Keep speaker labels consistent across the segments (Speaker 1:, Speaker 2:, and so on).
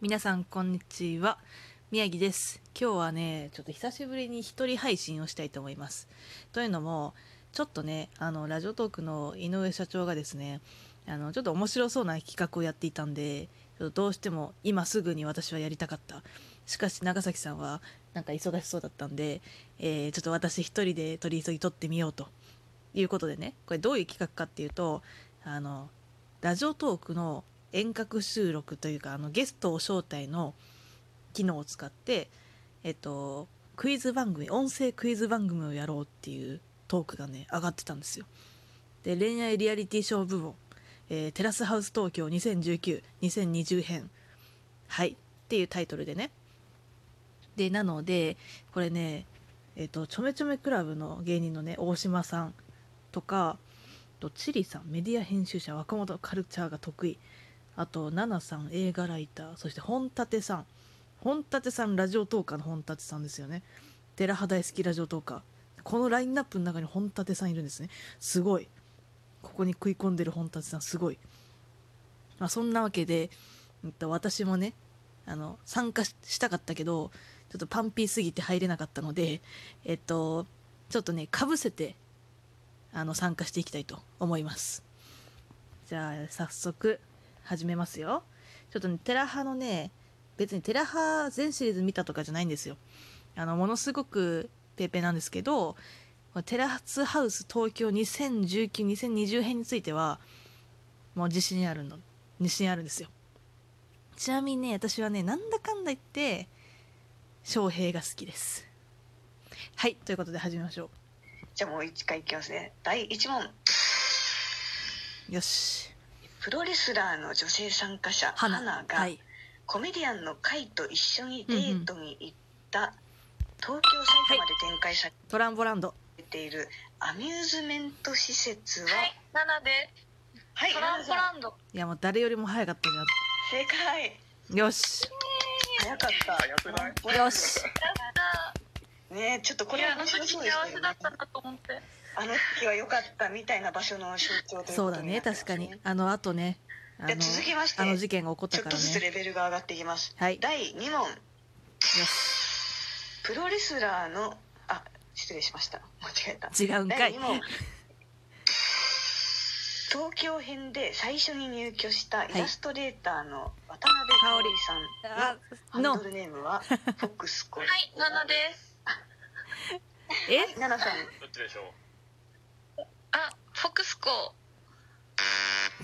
Speaker 1: 皆さんこんにちは宮城です今日はねちょっと久しぶりに一人配信をしたいと思いますというのもちょっとねあのラジオトークの井上社長がですねあのちょっと面白そうな企画をやっていたんでちょっとどうしても今すぐに私はやりたかったしかし長崎さんはなんか忙しそうだったんで、えーちょっと私一人で取り急ぎ撮ってみようということでねこれどういう企画かっていうとあのラジオトークの遠隔収録というかあのゲストを招待の機能を使って、えっと、クイズ番組音声クイズ番組をやろうっていうトークがね上がってたんですよ。で恋愛リアリティショー部門、えーテラスハウス東京20192020編はいっていうタイトルでねでなのでこれねえっとちょめちょめクラブの芸人のね大島さんとかあとチリさんメディア編集者若者カルチャーが得意あとナナさん映画ライターそして本立さん本立さんラジオトーカーの本立さんですよね寺派大好きラジオトーカーこのラインナップの中に本立さんいるんですねすごいここに食い込んでる本立さんすごい、まあ、そんなわけで、うんと、私もねあの参加ししたかったけどちょっとパンピーすぎて入れなかったのでえっとちょっとねかぶせてあの参加していきたいと思いますじゃあ早速始めますよちょっとねテラ派のね別にテラ派全シリーズ見たとかじゃないんですよあのものすごくペーペーなんですけどこのテラスハウス東京20192020編についてはもう自信あるの自信あるんですよちなみにね私はねなんだかんだ言って翔平が好きですはいということで始めましょ
Speaker 2: じゃあもう一回いきますね。第1問。
Speaker 1: うよし
Speaker 2: プロレスラーの女性参加者、花が、
Speaker 1: はい
Speaker 2: コメディアンの海と一緒にデートに行った、東京埼玉で展開さ
Speaker 1: トランボランド
Speaker 2: れているアミューズメント施設は、
Speaker 3: はい、ナナで
Speaker 2: はい、
Speaker 3: トランポ
Speaker 2: ナナさ
Speaker 3: ラ
Speaker 2: ん
Speaker 3: ンド。
Speaker 1: いやもう誰よりも早かったじ
Speaker 2: 正解。
Speaker 1: ゃんよし
Speaker 2: 早かった。
Speaker 4: 早くない
Speaker 1: よし
Speaker 3: やった
Speaker 2: ねえちょっとこ
Speaker 3: ー。い
Speaker 2: れ
Speaker 3: や、
Speaker 2: は
Speaker 3: あの
Speaker 2: 面
Speaker 3: 時
Speaker 2: 白そう
Speaker 3: 幸
Speaker 2: でした
Speaker 3: せ
Speaker 2: よ
Speaker 3: だ
Speaker 2: ね
Speaker 3: っ。たなと思って。
Speaker 2: あの時は良かったみたいな場所の象徴という
Speaker 1: そう
Speaker 2: こ
Speaker 1: だ
Speaker 2: と
Speaker 1: ね
Speaker 2: なってま
Speaker 1: 確
Speaker 2: す
Speaker 1: かにあのあとねあ
Speaker 2: で
Speaker 1: の
Speaker 2: 続きまして
Speaker 1: あの事件が起こっ
Speaker 2: ち
Speaker 1: た
Speaker 2: ょっ
Speaker 1: から
Speaker 2: とずつ
Speaker 1: ね
Speaker 2: レベルが上がっていきます。
Speaker 1: はいよ
Speaker 2: 第2問。
Speaker 1: し
Speaker 2: プロレスラーのあ失礼しました間違えた
Speaker 1: 違うんかい
Speaker 2: 第2問東京編で最初に入居したイラストレーターの渡辺香織
Speaker 1: あ
Speaker 2: さんのハ
Speaker 1: の
Speaker 2: ンドルネームはフォックスコ
Speaker 3: はい、ナナです。
Speaker 1: え
Speaker 2: 奈々さん
Speaker 4: どっちでしょう
Speaker 3: あ、フォクスコ。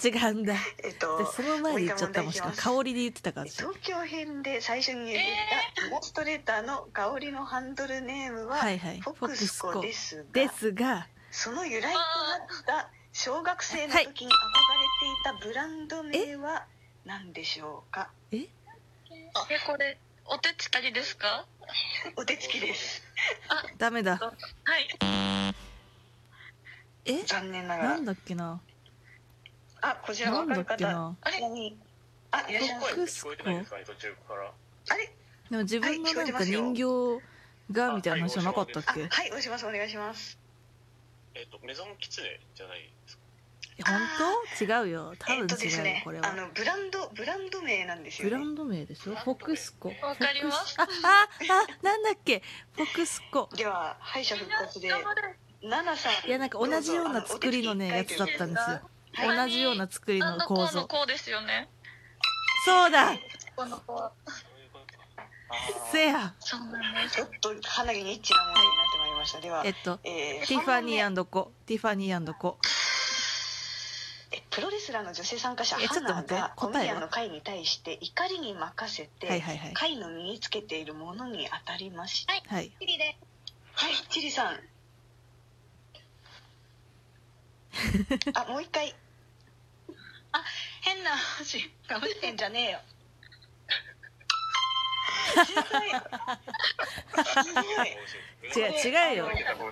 Speaker 1: 違うんだ
Speaker 2: え
Speaker 1: で
Speaker 2: っと
Speaker 1: その前で言っちゃったもしかも香りで言ってたから私
Speaker 2: 東京編で最初に入居したイラストレーターの香織のハンドルネームは
Speaker 1: はいはい
Speaker 2: フォックスコですが、
Speaker 1: ですが
Speaker 2: その由来となった小学生の時に憧れていたブランド名は何でしょうか
Speaker 3: え、これ、お手つたりですか
Speaker 2: お手つきです
Speaker 1: ダメだ
Speaker 3: はい。
Speaker 1: え
Speaker 2: 残念なが
Speaker 1: な
Speaker 2: ら
Speaker 1: んだっけな
Speaker 2: あこちら
Speaker 1: な
Speaker 2: わ
Speaker 1: ん
Speaker 2: か
Speaker 1: だ
Speaker 2: る
Speaker 1: っけ
Speaker 2: 方
Speaker 1: な
Speaker 3: あれ
Speaker 2: ちなみにあいらっしゃいま
Speaker 4: 声
Speaker 2: す
Speaker 4: って聞こえてないですかね途中から
Speaker 2: あれ
Speaker 1: でも自分のなんか人形がみたいな話はなかったっ
Speaker 2: あ
Speaker 1: けい
Speaker 2: はい大島さんお願いします
Speaker 4: えっとメゾンキツネじゃないですか
Speaker 1: や本当違うよ多
Speaker 2: え
Speaker 1: 分
Speaker 2: っとで
Speaker 1: 違
Speaker 2: す
Speaker 1: うよ
Speaker 2: ね
Speaker 1: これ
Speaker 2: あ
Speaker 1: は
Speaker 2: のブランドブランド名なんですよ、
Speaker 1: ブ
Speaker 2: ね、
Speaker 1: ランド名でしょフォックスコ
Speaker 3: わかりまし
Speaker 1: あああなんだっけフォックスコ
Speaker 2: では敗者復活で
Speaker 3: 頑張れ
Speaker 2: ナナさん
Speaker 1: いやなんか同じような作りのね
Speaker 2: どうぞあ
Speaker 1: やつだったんですよ
Speaker 2: お手つき一回ということで
Speaker 3: はい
Speaker 1: 同じような作り
Speaker 3: あ
Speaker 1: の
Speaker 3: の
Speaker 1: 構
Speaker 3: 子の
Speaker 1: 造
Speaker 3: 子ですよね。
Speaker 1: そうだ
Speaker 3: この子は。
Speaker 4: そういうことか
Speaker 1: せや
Speaker 3: そうなんです。
Speaker 2: ちょっとかなりニッチな問題になってまいりましたでは
Speaker 1: えっと
Speaker 2: えー
Speaker 1: ティファニーコティファニーコ
Speaker 2: えプロレスラーの女性参加者
Speaker 1: えちょっ
Speaker 2: ハ
Speaker 1: と待
Speaker 2: ナ
Speaker 1: って
Speaker 2: がコメ
Speaker 1: 答えは
Speaker 2: ディアンの会に対して怒りに任せて、
Speaker 1: はいはいはい
Speaker 2: 会の身につけているものに当たりました
Speaker 1: はい
Speaker 3: リで。
Speaker 2: はいチ リさんあもう一回あ変な話かぶってんじゃねえよすごいすごい
Speaker 1: 違う違うよ
Speaker 2: あの
Speaker 1: ふ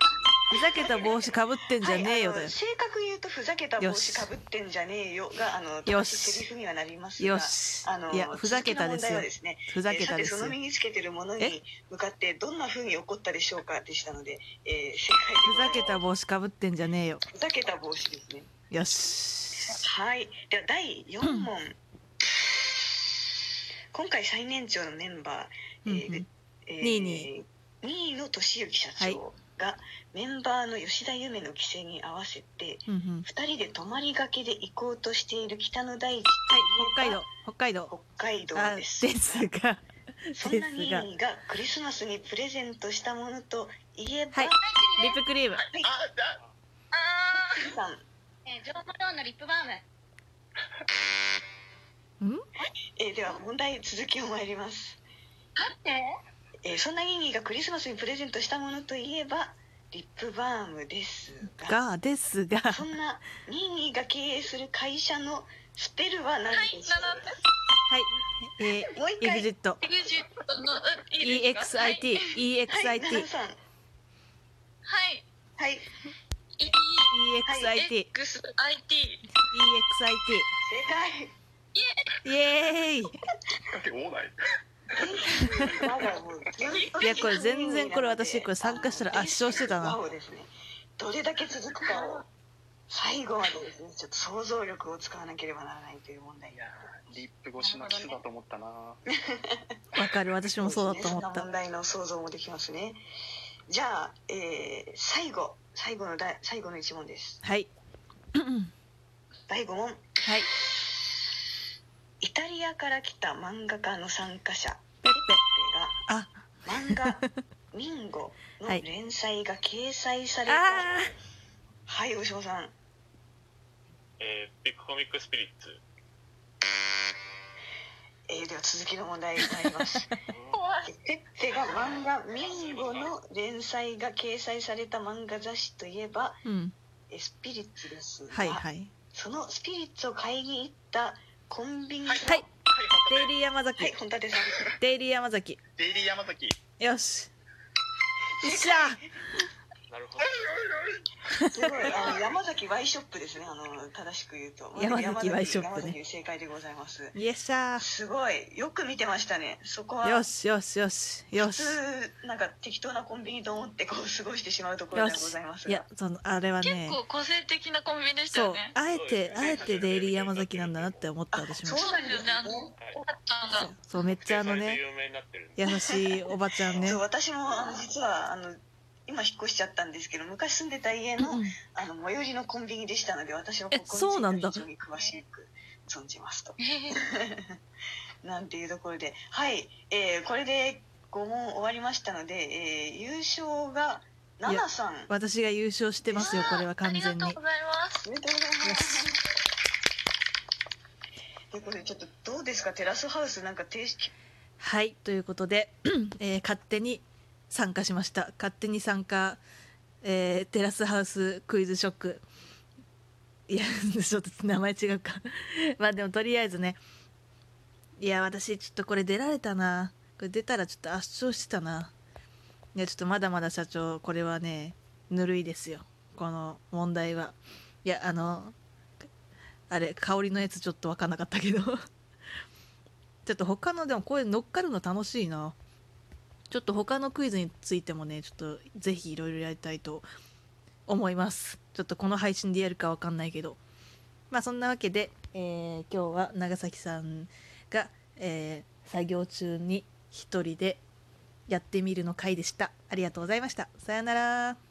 Speaker 1: ざけた帽子かぶってんじゃねえよ
Speaker 2: はい
Speaker 1: だよ
Speaker 2: あの正確に言うとふざけた帽
Speaker 1: よ
Speaker 2: 子
Speaker 1: し
Speaker 2: かぶってんじゃねえよがあの
Speaker 1: よ
Speaker 2: 正
Speaker 1: し
Speaker 2: しいセリフにはなりますが
Speaker 1: よし
Speaker 2: あの
Speaker 1: いやふざけたです
Speaker 2: 続きの問題
Speaker 1: よ
Speaker 2: はですね
Speaker 1: ふざけたで
Speaker 2: えーさて
Speaker 1: す
Speaker 2: その
Speaker 1: よ
Speaker 2: 身につけてるもの
Speaker 1: え
Speaker 2: に向かってどんな風に怒ったでしょうかでしたので、えー、正
Speaker 1: ふざ
Speaker 2: 解
Speaker 1: け
Speaker 2: でござい
Speaker 1: た
Speaker 2: ま
Speaker 1: 帽子かぶってんじゃねえよ
Speaker 2: すふざけた帽子ですね
Speaker 1: よし
Speaker 2: はいでは第4問、今回最年長のメンバ
Speaker 1: う
Speaker 2: ー、
Speaker 1: んう
Speaker 2: えー
Speaker 1: ん
Speaker 2: え
Speaker 1: 二位に
Speaker 2: 2位の俊幸社長が、メンバーの吉田夢の帰省に合わせて
Speaker 1: うんうん
Speaker 2: 2人で泊まりがけで行こうとしている北の大
Speaker 1: はいい
Speaker 2: 地とえば、
Speaker 1: 北海道
Speaker 2: 北海道
Speaker 1: 北海道
Speaker 2: です
Speaker 1: ですが
Speaker 2: そんな
Speaker 1: です
Speaker 2: ニ
Speaker 1: が
Speaker 2: ーニーがクリスマスにプレゼントしたものといえば、
Speaker 1: はい
Speaker 3: はい、
Speaker 1: リップクリーム
Speaker 3: はい、
Speaker 4: あだ
Speaker 3: あー、
Speaker 2: さん
Speaker 3: えー、ジョーマローンのリップバーム。
Speaker 2: えーでは問題続きを参ります、
Speaker 3: 待って。
Speaker 2: えーそんなニーニーがクリスマスにプレゼントしたものといえばリップバームですが
Speaker 1: がです が
Speaker 2: そんなニーニーが経営する会社のスペルは何
Speaker 3: はい、
Speaker 2: でしょ
Speaker 3: なの
Speaker 2: う、
Speaker 1: はいえ
Speaker 2: もう
Speaker 1: ー、
Speaker 2: 一
Speaker 1: EXIT
Speaker 2: 回
Speaker 3: エグジットの、ういいですか
Speaker 1: EXIT
Speaker 3: は
Speaker 2: はい、
Speaker 3: い、
Speaker 1: EXIT
Speaker 2: ナナさん
Speaker 3: はい
Speaker 2: はい
Speaker 3: E
Speaker 1: EXIT
Speaker 3: E X I T。
Speaker 1: EXIT
Speaker 2: 正
Speaker 1: イエーイ
Speaker 4: だってオーナイ
Speaker 2: 解まだもう
Speaker 1: いやこれ全然これ私これ参加したら圧勝してたな
Speaker 2: ワオですねどれだけ続くかを最後までですねちょっと想像力を使わなければならないという問題
Speaker 5: い
Speaker 2: が
Speaker 5: やーリップ越しのキスだと思ったな
Speaker 1: わかる私もそうだと思っ
Speaker 2: そんな
Speaker 1: た
Speaker 2: 問題の想像もできますねじゃあ、えー最後最後のだ最後の一問です
Speaker 1: はい
Speaker 2: 第5問
Speaker 1: はい
Speaker 2: イタリアから来た漫画家の参加者
Speaker 1: ペッペ
Speaker 2: ペ
Speaker 1: あ
Speaker 2: ッペが漫 画「ミンゴ」の
Speaker 1: はい
Speaker 2: 連載が掲載さ
Speaker 1: あ
Speaker 2: れたはい、
Speaker 1: ー
Speaker 2: 大島さん
Speaker 4: えー、ビッグコミックスピリッツ
Speaker 2: えーでは続きの問題になります ペッペが漫画「ミンゴ」の連載が掲載された漫画雑誌といえば
Speaker 1: うん
Speaker 2: えスピリッツですが、
Speaker 1: はいはい
Speaker 2: そのスピリッツを買いに行ったコンビニの
Speaker 4: はい
Speaker 1: はい
Speaker 4: はい本
Speaker 1: デイ
Speaker 4: 当
Speaker 1: リー山
Speaker 2: はい、
Speaker 1: 崎
Speaker 2: 本 立さん。
Speaker 1: デイリー山崎
Speaker 5: デイリー山崎
Speaker 1: よしよっしゃ
Speaker 4: だなるほど
Speaker 2: すごい、あの、山崎ワイショップですね、あの、正しく言うと。
Speaker 1: 山崎ワイショップね
Speaker 2: 山崎正解でございます。
Speaker 1: よっしゃ
Speaker 2: すごい、よく見てましたね。そこは。
Speaker 1: よしよしよしよ
Speaker 2: 普
Speaker 1: し
Speaker 2: 通、なんか適当なコンビニと思って、こう過ごしてしまうところではございます
Speaker 1: い
Speaker 2: が
Speaker 1: や。そのあれはね
Speaker 3: 結構個性的なコンビニでした
Speaker 1: そ
Speaker 3: よ
Speaker 1: う
Speaker 3: ね。
Speaker 1: あえてあえてデイリー山崎なんだなって思った
Speaker 2: あ、
Speaker 1: 私も
Speaker 2: そうなんですね。
Speaker 3: そうなんですよ多かったんだ。
Speaker 1: そうそうめっちゃあのね
Speaker 4: 有名になってるんで
Speaker 1: 優しいおばちゃんね
Speaker 2: そう、私も、あの、実は、あの。今引っ越しちゃったんですけど昔住んでた家の,、
Speaker 1: うん
Speaker 2: あの最寄りのコンビニでしたので私は
Speaker 1: え
Speaker 2: ここにつ
Speaker 1: そうなん
Speaker 2: いて
Speaker 1: だ
Speaker 2: は非常に詳しく存じますと。
Speaker 3: えー
Speaker 2: なんていうところで、はい、えー、これで5問終わりましたので、えー、優勝がナナさん。
Speaker 1: 私が優勝してますよこれは完全に
Speaker 3: ありがとうございます。
Speaker 2: おめでとうございます。ということで、ちょっとどうですか、テラスハウスなんか停止。
Speaker 1: はいということで、 えー勝手に参加しました勝手に参加、えーテラスハウスクイズショックいや ちょっと名前違うか まあでもとりあえずねいや私ちょっとこれ出られたなこれ出たらちょっと圧勝してたないやちょっとまだまだ社長これはねぬるいですよこの問題はいやあのあれ香りのやつちょっと分かんなかったけどちょっと他のでもこれ乗っかるの楽しいなちょっと他のクイズについてもねちょっとぜひいろいろやりたいと思いますちょっとこの配信でやるかわかんないけどまあそんなわけで、えー今日は長崎さんが、えー作業中に一人でやってみるの回でしたありがとうございましたさようなら